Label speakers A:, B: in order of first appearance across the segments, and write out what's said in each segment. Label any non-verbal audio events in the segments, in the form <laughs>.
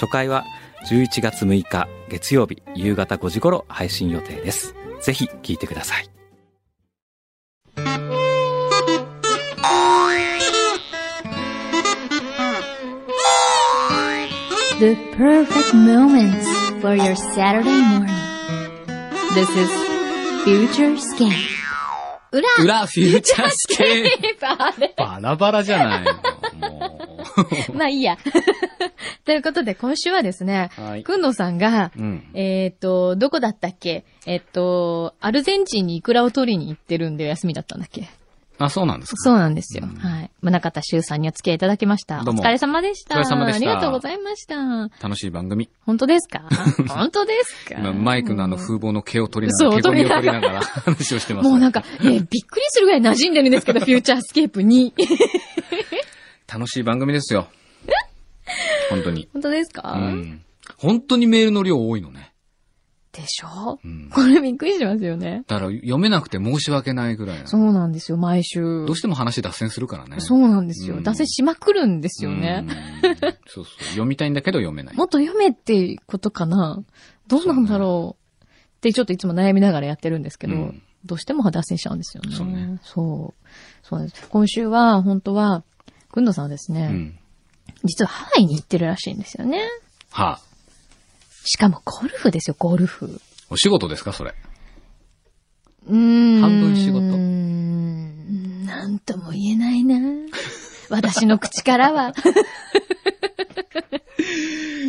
A: 初回は11月6日月曜日夕方5時頃配信予定ですぜひ聞いてください
B: The perfect moments for your Saturday morning. This is Future Scan. 裏 <laughs>
C: 裏フューチャースケープ
B: あれ
C: バラバラじゃないの。も
B: まあいいや。 <laughs> ということで、今週はですね、
C: う。はい。
B: くんのさんが、
C: うん。
B: えっ、と、どこだったっけえっ、と、アルゼンチンにイクラを取りに行ってるんで休みだったんだっけ
C: あ、そうなんですか。
B: そうなんですよ。
C: うん
B: はい。宗方修さんにお付き合いいただきました。お
C: どうも
B: 疲れ様でした。
C: お疲れ様でした
B: ありがとうございました。
C: 楽しい番組。
B: 本当です
C: <laughs>
B: か本当ですか
C: 今、マイクのあの
B: うん
C: 風貌の毛を取りなが
B: そう
C: ら、毛ゴミを
B: 取
C: 取
B: りな
C: りながら話をしてます。
B: もうなんか、 <laughs> えーびっくりするぐらい馴染んでるんですけど、フューチャースケープに。
C: 楽しい番組ですよ。本当に。
B: <laughs> 本当ですか、
C: うん。本当にメールの量多いのね。
B: でしょ
C: うん。
B: これびっくりしますよね。
C: だから読めなくて申し訳ないぐらいな
B: そ。うなんですよ、毎週。
C: どうしても話脱線するからね。
B: そうなんですよ。
C: うん
B: 脱線しまくるんですよね。
C: うん。そうそう。読みたいんだけど読めない
B: も。っと読めってことかなどうなんだろうってちょっといつも悩みながらやってるんですけど、
C: うん
B: どうしても脱線しちゃうんですよね。
C: そうね
B: そう。そうなんです。今週は、本当は、くんどさんはですね、
C: うん。
B: 実はハワイに行ってるらしいんですよね。
C: はあ。
B: しかもゴルフですよ、ゴルフ。
C: お仕事ですかそれ。
B: 半
C: 半分仕事
B: なんとも言えない
C: <laughs>
B: な。私の口からは。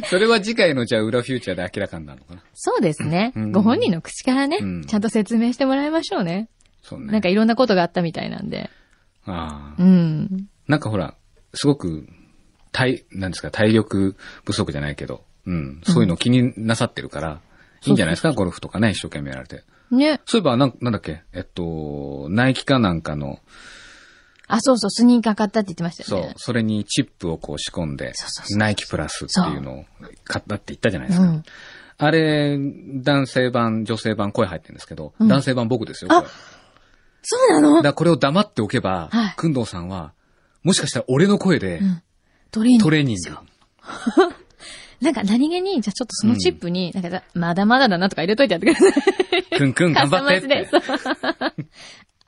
C: それは次回のじゃあ裏フューチャーで明らかになるのかな。
B: そうですね
C: うん。
B: ご本人の口からね、
C: うん
B: ちゃんと説明してもらいましょうね。
C: そうね。
B: なんかいろんなことがあったみたいなんで。
C: ああ
B: うん。
C: なんかほら、すごく、体、なんですか、体力不足じゃないけど、うん、そういうの気になさってるから、いいんじゃないですか、ゴルフとかね、一生懸命やられて。
B: ね。
C: そういえば、なん、なんだっけ、えっと、ナイキかなんかの、
B: あ、そうそう、スニーカー買ったって言ってました
C: そ
B: よ
C: う
B: ね、。
C: それにチップをこう仕込んで
B: そうそうそう、
C: ナイキプラスっていうのを買ったって言ったじゃないです
B: う
C: か。
B: ん。
C: あれ、男性版、女性版、声入ってるんですけど、
B: うん
C: 男性版僕ですよ、これ。
B: そうなの
C: <laughs> だからこれを黙っておけば
B: はい、
C: くんどうさんは、もしかしたら俺の声で
B: うん、トレーニング。
C: トレーニング。
B: なんか何気に、じゃあちょっとそのチップに、なんかさ、まだまだだなとか入れといてやってください。<laughs>
C: くんくん
B: カ
C: 頑
B: スタ
C: 張っ
B: マ
C: て
B: イ
C: っ
B: ズで
C: て。。
B: そう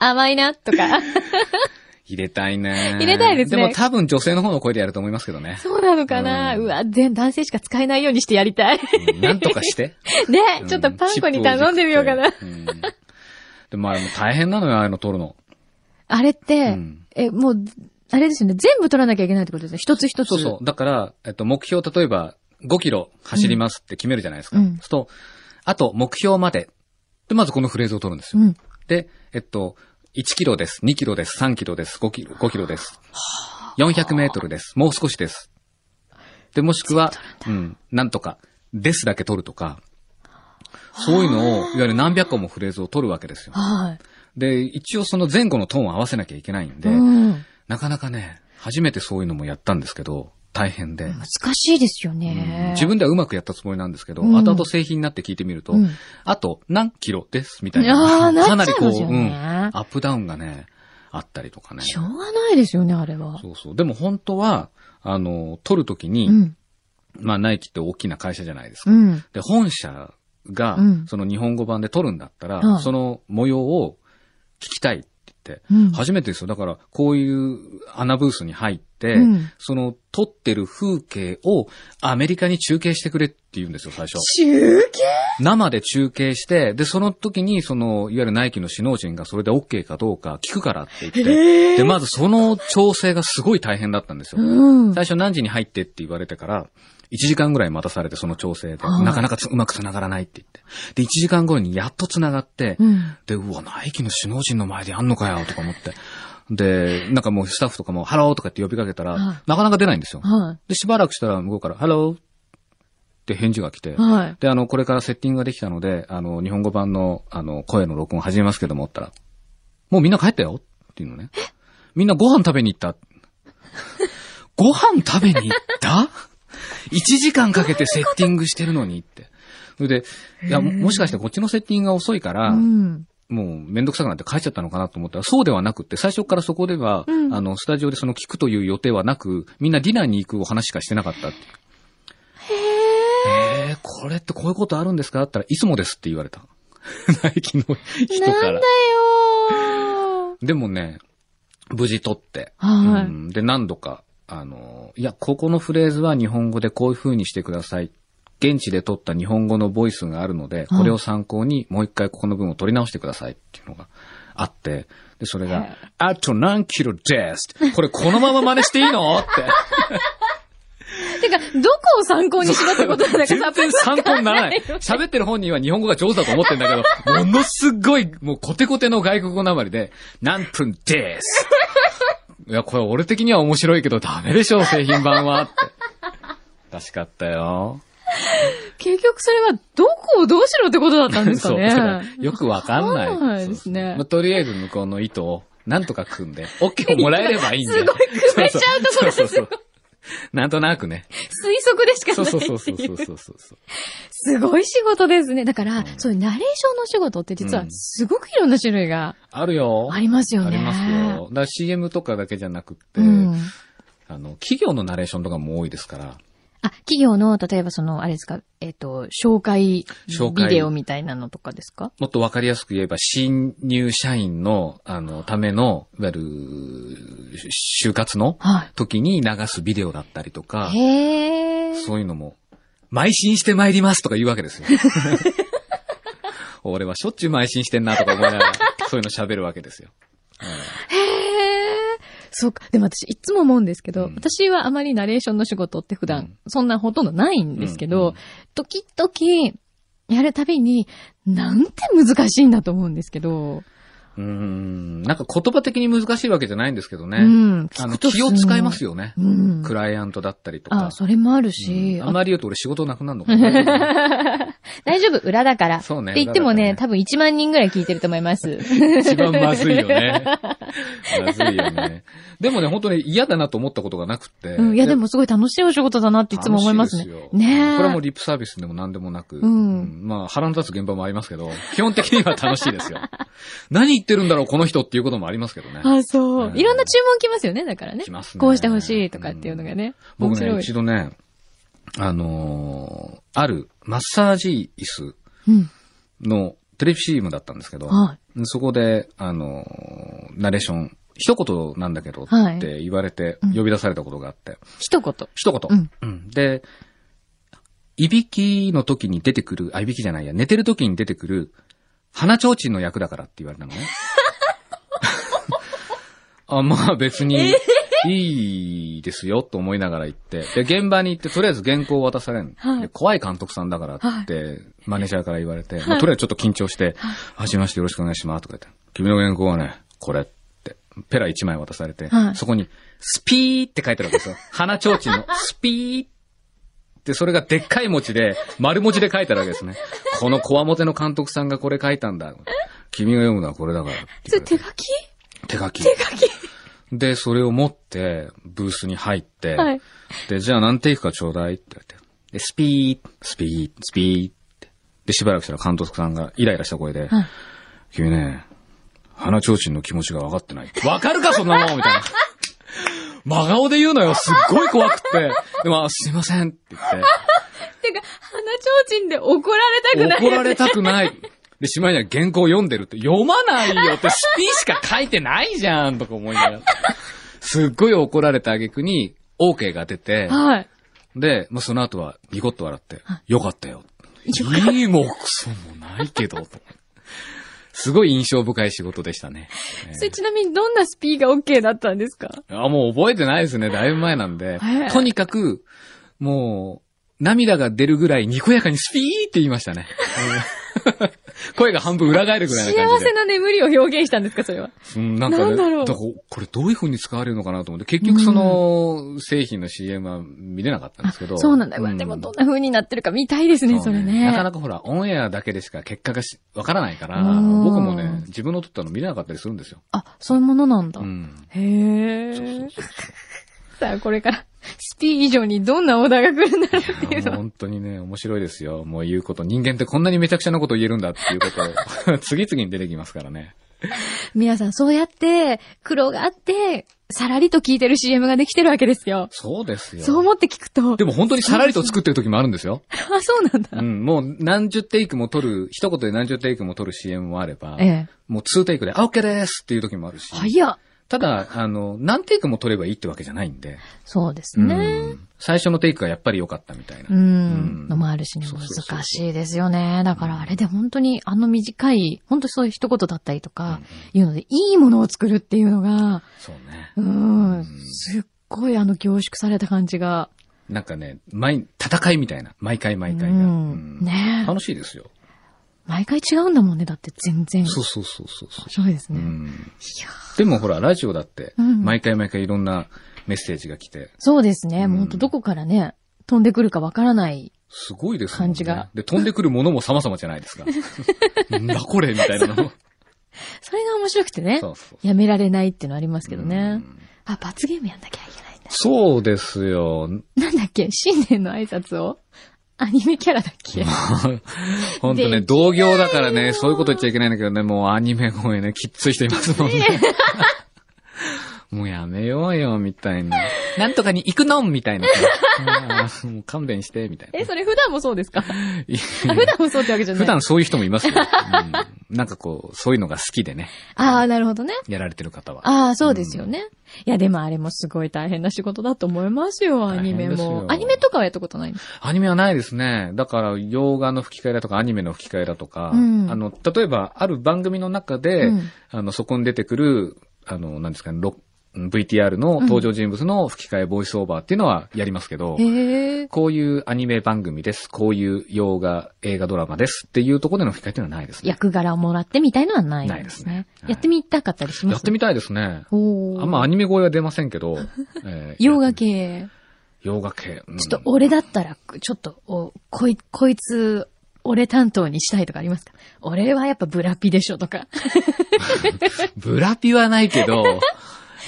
B: <laughs> 甘いな、と
C: <laughs>
B: か。
C: 入れたいね。
B: 入れたいですね
C: でも多分女性の方の声でやると思いますけどね。
B: そうなのかな、う
C: うん
B: わ、全男性しか使えないようにしてやりたい。
C: うんなんとか
B: <laughs>
C: して。
B: ね、
C: うん
B: ちょっとパン粉に頼んでみようかな。。
C: チップを軸にうんでもあれも大変なのよ、ああいうの撮るの。
B: あれって、
C: うん
B: え、もう、あれですよね、全部取らなきゃいけないってことですね。一つ一つ。
C: そうそう。だから、えっと、目標、例えば、5キロ走りますって決めるじゃないですか。
B: う
C: そ
B: ん
C: うすると、あと、目標まで。で、まずこのフレーズを撮るんですよ。
B: うん。
C: で、えっと、1キロです、2キロです、3キロです、5キロ、5キロです。400メートルです、もう少しです。で、もしくは、うん、なんとか、ですだけ取るとか、そういうのを、いわゆる何百個もフレーズを取るわけですよ。
B: はい。
C: で、一応その前後のトーンを合わせなきゃいけないんで、
B: うん。
C: なかなかね、初めてそういうのもやったんですけど、大変で。
B: 難しいですよ
C: うん
B: ね。
C: 自分ではうまくやったつもりなんですけど、
B: うん
C: 後々製品になって聞いてみると、
B: うん
C: あと何キロですみたい
B: あ
C: な。
B: あ、な
C: <laughs> か
B: っ
C: な
B: ち
C: り
B: ゃい
C: こう、
B: ますよ
C: うん、
B: ね。
C: アップダウンがね、あったりとかね。
B: しょうがないですよね、あれは。
C: そうそう。でも本当は、あの、撮るときに、
B: うん。
C: まあ、ナイキって大きな会社じゃないですか。
B: うん。
C: で、本社が、
B: うん
C: その日本語版で撮るんだったら、
B: はい
C: その模様を聞きたいって言って、
B: うん。
C: 初めてですよ。だから、こういう穴ブースに入って、
B: うん
C: その撮ってる風景をアメリカに中継してくれって言うんですよ、最初。
B: 中継
C: 生で中継して、で、その時に、その、いわゆるナイキの首脳陣がそれで OK かどうか聞くからって言って、で、まずその調整がすごい大変だったんですよ。
B: うん。
C: 最初何時に入ってって言われてから、1時間ぐらい待たされて、その調整で、
B: はい
C: なかなかつうまく繋がらないって言って。で、1時間後にやっと繋がって、
B: うん。
C: で、うわ、ナイキの首脳陣の前でやんのかよ、とか思って。で、なんかもうスタッフとかも、ハローとかって呼びかけたら、
B: はい
C: なかなか出ないんですよ。
B: はい。
C: で、しばらくしたら向こうから、ハロー、って返事が来て、
B: はい。
C: で、あの、これからセッティングができたので、あの、日本語版の、あの、声の録音始めますけども、ったら、もうみんな帰ったよっていうのね。みんなご飯食べに行った。ご飯食べに行った ?1 時間かけてセッティングしてるのにって。それで、いや、ももしかしてこっちのセッティングが遅いから、
B: うん。
C: もうめんどくさくなって帰っちゃったのかなと思ったら、そうではなくって、最初からそこでは、
B: うん
C: あの、スタジオでその聞くという予定はなく、みんなディナーに行くお話しかしてなかったっていう。へえ、これってこういうことあるんですかって言ったら、いつもですって言われた。 <laughs> ナイキの人
B: なん
C: か
B: だ
C: ら
B: よ。ー。
C: でもね、無事撮って。
B: はい
C: うんで、何度か、あの、いや、ここのフレーズは日本語でこういう風にしてください。現地で撮った日本語のボイスがあるので、これを参考にもう一回ここの文を取り直してくださいっていうのがあって、で、それが、あと何キロですこれこのまま真似していいのって。
B: てか、どこを参考にしろってことなんだか
C: 全
B: さっぱり
C: 然参
B: <laughs>
C: 考にならない。
B: わかん
C: 喋ってる本人は日本語が上手だと思ってんだけ
B: <laughs>
C: ど、ものすごい、もうコテコテの外国語なまりで、何分
B: <laughs>
C: です。いや、これ俺的には面白いけどダメでしょ、製品版は。って。らしかったよ。
B: 結局それは、どこをどうしろってことだったんですか
C: そう。だから
B: ね。
C: よくわかんない。
B: わかんないですね
C: まあとりあえず向こうの糸を、なんとか組んで、OK をもらえればいいんで。
B: すごい組めちゃうところです
C: そうそうそうそうなんとなくね。
B: 推測でしか
C: そうそう
B: な
C: そ
B: いうって
C: そ
B: いう
C: う。そうそう。
B: すごい仕事ですね。だから、
C: ん
B: そういうナレーションの仕事って実は
C: うん
B: すごくいろんな種類が
C: あるよ。
B: ありますよね。
C: ありますよ。だから CM とかだけじゃなくって、
B: うん。
C: あの、企業のナレーションとかも多いですから、
B: あ、企業の、例えばその、あれですか、えっ、と、紹介
C: 紹
B: ビ
C: 介
B: デオみたいなのとかですか
C: もっとわかりやすく言えば、新入社員の、あの、ための、いわゆる、し就活の
B: は
C: 時に流すビデオだったりとか
B: い。、へー。
C: そういうのも、邁進して参りますとか言うわけで
B: <laughs>
C: すよ。俺はしょっちゅう邁進してんなとか思いながら、そういうの喋るわけですよ。
B: へー。そうか。でも私、いつも思うんですけど、
C: うん
B: 私はあまりナレーションの仕事って普
C: う
B: 段
C: ん、
B: そんなほとんどないんですけど、
C: うん
B: 時々、やるたびに、なんて難しいんだと思うんですけど、
C: うーん、なんか言葉的に難しいわけじゃないんですけどね。
B: うん。
C: あの、気を使います
B: よ。
C: よね。
B: うん。
C: クライアントだったりとか。
B: あ、それもあるし、
C: うん
B: あ
C: あんまり言うと俺仕事なくなるのかな。
B: <laughs> 大丈夫、裏だから。
C: そうね
B: って言ってもね、
C: 裏だ
B: 多分1万人ぐらい聞いてると思い
C: <laughs>
B: ます。
C: 一番まずいよ
B: <laughs>
C: ね。まずいよね。でもね、本当に嫌だなと思ったことがなくって。
B: うん、いや、でもすごい楽しいお仕事だなっていつも思いますね
C: 楽しで。よ
B: ねえ。
C: これはもうリップサービスでも何でもなく。
B: うん
C: うんまあ、腹の立つ現場もありますけど、基本的には楽し
B: <laughs>
C: いですよ。何言ってるんだろう、この人っていうこともありますけどね。
B: あ、そうう。
C: ん
B: いろんな注文来ますよね、だからね。
C: 来ますね
B: こうしてほしいとかっていうのがね。面
C: 僕
B: 白
C: ね、
B: い。
C: 一度ね、あのーあるマッサージ椅子
B: うん。
C: のテレビ CM だったんですけど、
B: は
C: そこで、あのーナレーション、一言なんだけど
B: はい
C: って言われて
B: うん、
C: 呼び出されたことがあって、
B: 一言。
C: 一
B: う
C: 言、
B: ん。
C: うんで、いびきの時に出てくる、あ、いびきじゃないや、寝てる時に出てくる、鼻ちょうちんの役だからって言われ
B: <laughs>
C: たのね。あ、まあ別に、いいですよ、と思いながら行って。で、現場に行って、とりあえず原稿を渡されん。
B: はい
C: で怖い監督さんだからって、マネージャーから言われて、まあとりあえずちょっと緊張して、はじめましてよろしくお願いします、とか言って。君の原稿はね、これって、ペラ1枚渡されて、
B: はい
C: そこに、スピーって書いてあるわけ
B: <laughs>
C: ですよ。鼻ちょうちんの、スピーで、それがでっかい文字で、丸文字で書いてあるわけですね。このこわもての監督さんがこれ書いたんだ。君が読むのはこれだからって
B: そ
C: 言
B: れ
C: われて。
B: 手書き
C: 手書き。
B: 手書き。
C: で、それを持って、ブースに入って、
B: はい
C: で、じゃあ何テイクかちょうだいって言われて。で、スピー、スピー、スピーって。で、しばらくしたら監督さんがイライラした声で、
B: はい
C: 君ね、花ちょうちんの気持ちが分かってない。分かるか、そんなもんみたいな。真顔で言うのよ、すっごい怖くって。でも、あすいませんって言って。
B: てか、鼻ちょうちんで怒られたくない。
C: 怒られたくない。で、しまいには原稿読んでるって、読まないよって、スピーしか書いてないじゃんとか思いながら。すっごい怒られた挙句に、OK が出て、
B: はい。
C: で、まあ、その後は、ニコッと笑って、よかったよ。いいもクソもないけど、とすごい印象深い仕事でしたね。え
B: それちなみにどんなスピーが OK だったんですか
C: ーあ、もう覚えてないですね。だいぶ前なんで
B: ええ。
C: とにかく、
B: <laughs>
C: もう、涙が出るぐらいにこやかにスピーって言いましたね。声が半分裏返るぐらいな
B: 幸
C: 感じで
B: せ。な眠りを表現したんですか、それは。
C: うん、なんかね、
B: なんだろう
C: からこれどういう風に使われるのかなと思って、結局その製品の CM は見れなかったんですけど。
B: そうなんだ。うわでも、どんな風になってるか見たいですね、そ
C: そう
B: れね。
C: なかなかほら、オンエアだけでしか結果がしわからないから、
B: うん
C: 僕もね、自分の撮ったの見れなかったりするんですよ。
B: あ、そういうものなんだ。 <laughs>
C: うん。
B: へえ。 <laughs> さあ、これから、スピー以上にどんなオーダーが来るんだろうっていう
C: いやもう
B: のは。
C: 本当にね、面白いですよ。もう言うこと。人間ってこんなにめちゃくちゃなこと言えるんだっていうことを、 <laughs> 次々に出てきますからね。
B: 皆さん、そうやって、苦労があって、さらりと聞いてる CM ができてるわけですよ。
C: そうですよ。
B: そう思って聞くと。
C: でも本当にさらりと作ってる時もあるんですよ。
B: <laughs> あ、そうなんだ。
C: うん、もう何十テイクも撮る、一言で何十テイクも撮る CM もあれば、
B: ええ。
C: もう2テイクで、あ、OK ですっていう時もあるし、
B: 早っ。
C: ただ、あの、何テイクも撮ればいいってわけじゃないんで、
B: そうです
C: う
B: ね。
C: ん、最初のテイクがやっぱり良かったみたいな。
B: うん。
C: ん
B: のもあるしね、
C: そうそうそうそう
B: 難しいですよね。だからあれで本当にあの短い、本当そういう一言だったりとか、いうので、いいものを作るっていうのが、
C: そうね。
B: うん、すっごいあの凝縮された感じが、
C: なんかね、毎、戦いみたいな。毎回毎回が。
B: うん
C: うん
B: ねえ
C: 楽しいですよ。
B: 毎回違うんだもんね、だって全然。
C: そうそうそうそうそう。
B: そうです
C: う
B: ね。
C: ん、でもほら、ラジオだって、
B: うん
C: 毎回毎回いろんなメッセージが来て、
B: そうですね。
C: うん
B: もう本当どこからね、飛んでくるかわからない。
C: すごいですもんね。
B: 感じが
C: で、飛んでくるものも様々じゃない
B: <laughs>
C: ですか。なんだこれみたいなのも。
B: それが面白くてね
C: そ、うそう。
B: やめられないっていうのありますけど
C: う
B: ね
C: ん。
B: あ、罰ゲームやんなきゃいけないんだ。
C: そうですよ。
B: なんだっけ新年の挨拶をアニメキャラだっけ
C: <laughs> 本当
B: で
C: ね、
B: き
C: 同業だからね、そういうこと言っちゃいけないんだけどね、もうアニメ声ね、きっつい人いますもんね。 <laughs> もうやめようよ、みたいな。なんとかに行くのんみたいな。あー <laughs> もう勘弁して、みたいな
B: え、。それ普段もそうですかあ
C: いや
B: 普段もそうってわけじゃない。
C: 普段そういう人もいますよ。うんなんかこう、そういうのが好きでね、
B: ああ、なるほどね。
C: やられてる方は。
B: ああ、そうですよね。いや、でもあれもすごい大変な仕事だと思いますよ、アニメ
C: 大変ですよ
B: も。アニメとかはやったことないんです
C: アニメはないですね。だから、洋画の吹き替えだとか、アニメの吹き替えだとか、
B: うん
C: あの、例えば、ある番組の中で、
B: うん
C: あの、そこに出てくる、あの、なんですかね、ろ VTR の登場人物の吹き替え、ボイスオーバーっていうのはやりますけど、
B: へえ。
C: こういうアニメ番組です。こういう洋画、映画ドラマです。っていうところでの吹き替えっていうのはないですね。
B: 役柄をもらってみたいのはないん
C: ない
B: で
C: ですす
B: ね
C: ね。はい
B: やってみたかったりします
C: やってみたいですね。
B: おー
C: あんまアニメ声は出ませんけど、
B: <laughs>
C: えー
B: 洋画系。
C: 洋画系。うん
B: ちょっと俺だったら、ちょっと、おこい、こいつ、俺担当にしたいとかありますか俺はやっぱブラピでしょとか。
C: ブラピはないけ
B: <laughs>
C: ど、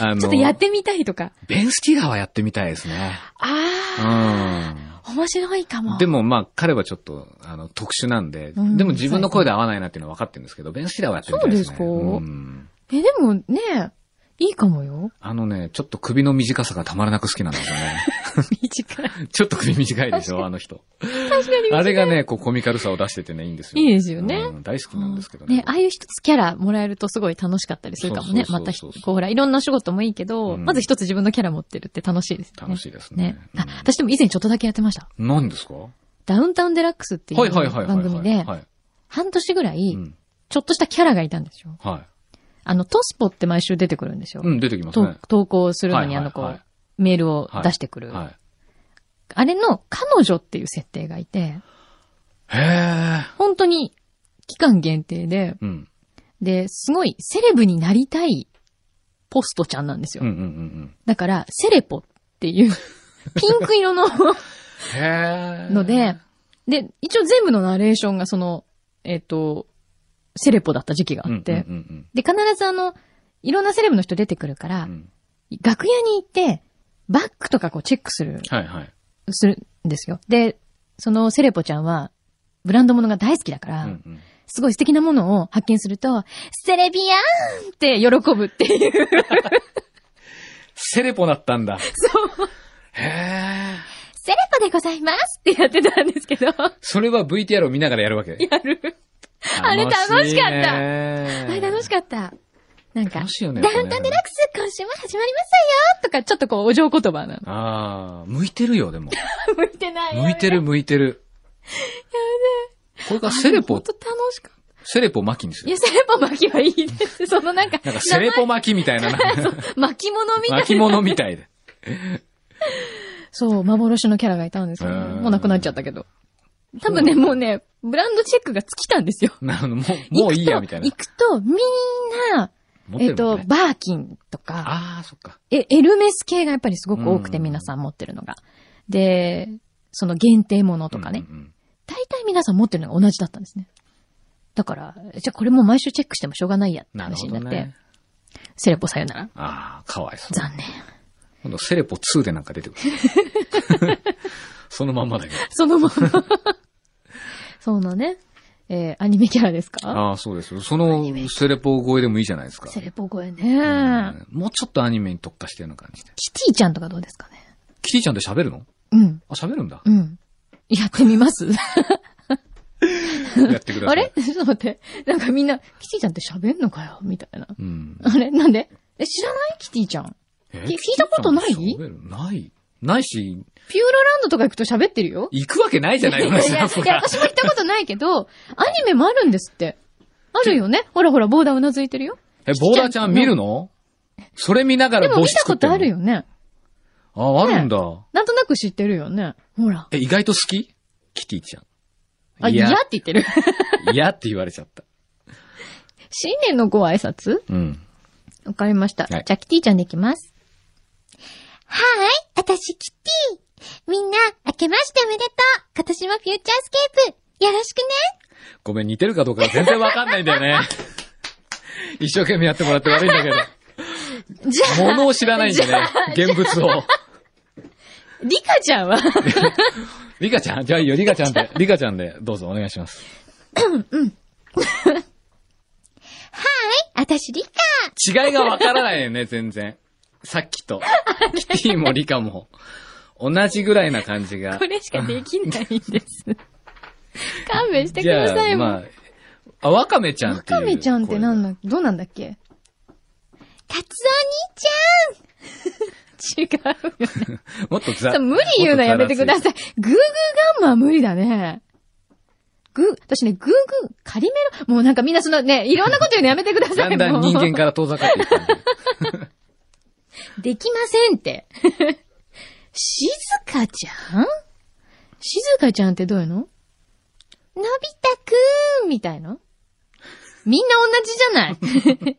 C: あの、
B: ちょっとやってみたいとか。
C: ベン・スティラーはやってみたいですね。う
B: あ
C: ん。
B: あ、面白いかも。
C: でもまあ彼はちょっと、あの、特殊なんで、
B: うん
C: でも自分の声で合わないなっていうのは分かってるんですけど、ベン・スティラーはやってみたいですね。
B: そうですか
C: ん
B: え、でもね、いいかも
C: <laughs>
B: よ。
C: あのね、ちょっと首の短さがたまらなく好きなんですよね。 <laughs>
B: 短い。
C: ちょっと首短いでしょ、あの人。
B: 確かに
C: あれがね、こうコミカルさを出しててね、いいんですよ。
B: いいですよね
C: うん大好きなんですけどね。
B: ね、ああいう一つキャラもらえるとすごい楽しかったりするかもね。
C: そ
B: ま
C: うそう
B: た
C: そう
B: ひ、
C: そう
B: こうほら、いろんなお仕事もいいけど、
C: うん
B: まず一つ自分のキャラ持ってるって楽しいですよね。
C: 楽しいですね
B: ね。
C: うん
B: あ、私でも以前ちょっとだけやってました。
C: 何ですかは
B: ダウンタウンデラックスって
C: い
B: いう
C: はいはいはいはい。
B: 番組で、
C: はい。
B: 半年ぐら
C: う
B: い、
C: ん。
B: ちょっとしたキャラがいたんですよ。
C: は
B: あの、トスポって毎週出てくるんですよ。
C: い。うん、出てきます
B: と
C: ね。
B: 投稿するのに、
C: はい
B: あ
C: はい
B: の、こ
C: は
B: う
C: い、
B: メールを出してくる。
C: はい。
B: あれの彼女っていう設定がいて、
C: へ
B: 本当に期間限定で、
C: え。うん。
B: で、すごいセレブになりたいポストちゃんなんですよ。
C: うんうんうんうん。
B: だから、セレポって
C: <laughs>
B: いう、ピンク色の
C: へえ。
B: ので、で、一応全部のナレーションがその、えっ、と、セレポだった時期が
C: う
B: あ
C: ん
B: って、
C: うんうん
B: で、必ずあの、いろんなセレブの人出てくるから、
C: うんうん。
B: 楽屋に行って、バッグとかこうチェックする、
C: はいはい。
B: するんですよ。で、そのセレポちゃんは、ブランド物が大好きだから、
C: うんうん
B: すごい素敵なものを発見すると、セレビアンって喜ぶっていう。
C: セレポだったんだ。そう。へえ。
B: セレポでございますってやってたんですけど、
C: それは VTR を見ながらやるわけ。
B: やる。あれ楽しかったあれ楽し
C: か
B: かっ
C: っ
B: た。なんか、
C: 楽しいよね
B: ダウンタウンデラックス、今週も始まりましたよとか、ちょっとこう、お嬢言葉なの。
C: た。ああ、向いてるよ、でも。
B: 向いてない。
C: 向いてる、向いてる。これがセレ
B: ほ
C: ポ
B: ん、と楽しかった。
C: セレポ巻きにす
B: い
C: る。
B: や、セレポ巻きはいいです。そのなんか、
C: なんかセレポ巻きみたいな。
B: 巻物みたいな。
C: 巻物みたいで。
B: そう、幻のキャラがいたんですよ、
C: へー
B: もう亡くなっちゃったけど。多分ね、もうね、ブランドチェックが尽きたんですよ。
C: なるほど、もう、もういい
B: 行
C: や、み
B: くと
C: たいな
B: 行。くと、みんな、
C: 持
B: え
C: る
B: っ
C: も
B: と
C: んね、
B: バーキンとか、
C: ああ、そっか。
B: え、エルメス系がやっぱりすごく多くて、
C: うん
B: 皆さん持ってるのが。で、その限定ものとかね。
C: うんうんうん
B: 大体皆さん持ってるのが同じだったんですね。だから、じゃあこれも毎週チェックしてもしょうがないやって
C: なる
B: 話
C: ほ
B: に
C: ど
B: なって、
C: ね。
B: セレポさよなら。
C: ああ、かわいそう。
B: 残念。
C: 今度、セレポ2でなんか出てくる。 <laughs> そのまんまだけど。
B: そのまま。 <laughs> そのね、えーアニメキャラですか
C: ああ、そうですよ。その、セレポ超えでもいいじゃないですか。
B: セレポ声ね、
C: うんもうちょっとアニメに特化してるような感じで。
B: キティちゃんとかどうですかね
C: キティちゃんって喋るの
B: うん、
C: あ、喋
B: <laughs>
C: るんだ。
B: うん。やってみます
C: やってください。
B: あれちょっと待って。なんかみんな、キティちゃんって喋んのかよみたいな。
C: うん。
B: あれなんでえ、知らないキティちゃん。
C: え
B: 聞いたことない
C: キティちゃん喋るない。ないし、
B: ピューロランドとか行くと喋ってるよ。
C: 行くわけないじゃない
B: い
C: の
B: やいや、いや
C: そ
B: 私
C: こ
B: も
C: が
B: 行ったことないけど、アニメもあるんですって。あるよねほらほら、ボーダーうなずいてるよ。
C: え、ボーダーちゃん見るのそれ見なが
B: で
C: ら
B: も
C: 帽
B: 見
C: 子
B: た
C: 作
B: こ
C: って
B: と
C: んの
B: ある。よね。
C: あ、あるんだ。
B: なんとなく知ってるよね。ほら。
C: え、意外と好きキティちゃん。
B: あ、いやって言ってる。 <laughs>
C: いやって言われちゃった。
B: 新年のご挨拶
C: うん。
B: わかりました。
C: はい
B: じゃあ、キティちゃんでいきます。
D: はーい、私キティ。みんな、明けましておめでとう。今年もフューチャースケープ、よろしくね。
C: ごめん、似てるかどうか全然わかんないんだよ <laughs> ね。一生懸命やってもらって悪いんだけど。
B: じゃ
C: 物を知らないんでね。現物を。
B: あ、リカちゃんは
C: リカちゃんじゃあいいよ、リカちゃんで。リカちゃんで、どうぞお願いします。
D: はーい、 <laughs> 私リカ。
C: 違いがわからないよね、全然。さっきと。キティもリカも。同じぐらいな感じが
B: こ。れしかできないんです。勘弁してく
C: じ
B: ださ
C: ゃ
B: い
C: あ、
B: もう。
C: まあ、あ、ワカメちゃんっ
B: わ
C: ていう。
B: かめちゃんってなん
C: だ
B: だ、どうなんだっけ
D: カツオ兄ち
B: <laughs> 違うよね。
C: もっとざ
B: そう無理言うのやめてくだ
C: い。
B: さい。グーグーガンマは無理だね。グー、私ね、グーグー、カリメロ、もうなんかみんなそのね、いろんなこと言うのやめてくださ
C: だ
B: い。
C: んだん人間
B: も
C: から遠ざかっていく感じ。
B: うできませんって。静かちゃん静かちゃんってどういうののび太くーんみたいのみんな同じじゃ
C: <laughs>
B: ない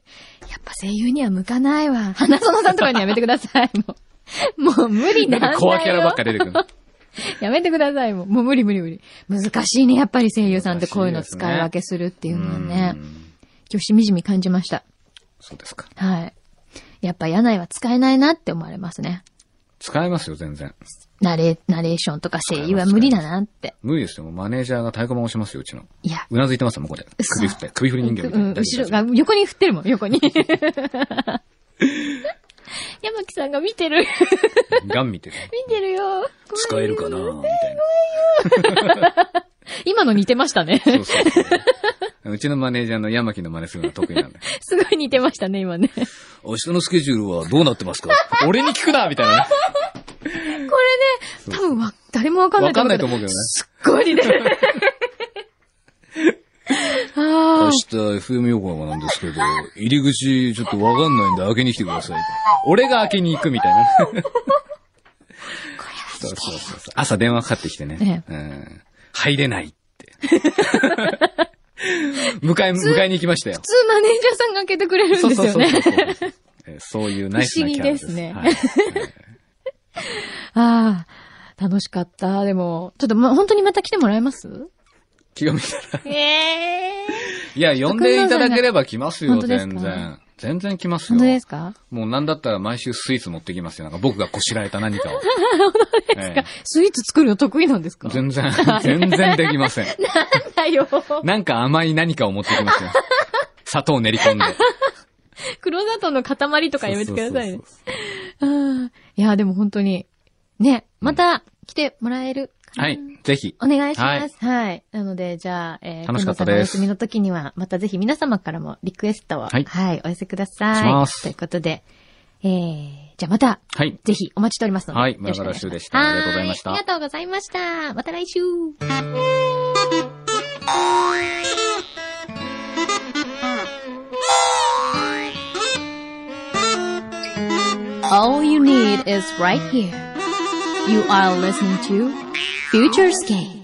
B: やっぱ声優には向かないわ。花園さんとかにやめてください。もう、もう無理 <laughs> なんだよ。
C: コアキャラばっか出てくる。
B: やめてください、もう。もう無理無理無理。難しいね、やっぱり声優さんってこういうの使い分けするっていうのはね。
C: うん
B: 今日しみじみ感じました。
C: そうですか。
B: はい。やっぱ柳井は使えないなって思われますね。
C: 使えますよ、全然。
B: ナレ、ナレーションとか声優は無理だなって。
C: 無理ですよ。もうマネージャーが太鼓判をしますよ、うちの。
B: いや。
C: うなずいてますもん、これ。首振って。首振り人形みたい
B: うん、
C: な。
B: 後ろが、横に振ってるもん、横に。 <laughs> 山木さんが見てる。 <laughs>
C: ガン見てる。
B: 見てるよ。
C: 使えるかなみたいな。
B: 今の似てましたね。
C: そうそう
B: <laughs>
C: そう。うちのマネージャーの山木の真似するのが得意なんで。
B: すごい似てましたね、今ね。
C: 明日のスケジュールはどうなってますか俺に聞くなみたいなね。
B: 多分わ、誰もわかんない
C: わかんないと思
B: う。
C: うけどね。
B: すっごい似
C: <laughs>
B: てる。あ
C: 明
B: あ。
C: 日 FM 横浜なんですけど、入り口ちょっとわかんないんで開けに来てください。俺が開けに行くみたいな。そうそうそうそう。朝電話かかってきてね。うん。入れないって。迎え、迎えに行きましたよ
B: 普。通マネージャーさんが開けてくれるんですよね。
C: そうそうえーそういうナイスなキャラです。
B: 不思議ですね
C: はい
B: ああ、楽しかった。でも、ちょっとま、本当にまた来てもらえます
C: 気が見たら。
D: ゃん。えー。
C: いや、呼んでいただければ来ますよ、
B: 本当です
C: 全
B: か
C: 然。全然来ます
B: 本
C: よ
B: 当。ですか
C: もうなんだったら毎週スイーツ持ってきますよ。なんか僕がこしらえた何かを。ええ
B: スイーツ作るの得意なんですか
C: 全然、全然できません。
B: だよ。
C: なんか甘い何かを持ってきますよ。砂糖を練り込んで。
B: 黒砂糖の塊とかやめてくださいね
C: そうそう。そう
B: ああいや、でも本当に。ね、また来てもらえるか
C: そう
B: な
C: はい、ぜひ。
B: お願いします。はい。なので、じゃあ、えー、
C: 楽しかった
B: くんの
C: で
B: さ
C: す
B: んのお休みの時には、またぜひ皆様からもリクエストを、
C: はい
B: お寄せください。
C: します
B: ということで、えー、じゃあまた、
C: はい。
B: ぜひお待ちしておりますので。
C: はい
B: よろしくお願します
C: 村田修でしたありがとうございました
B: はありがとうございました。また来週。All you need is right here. You are listening to Futurescape.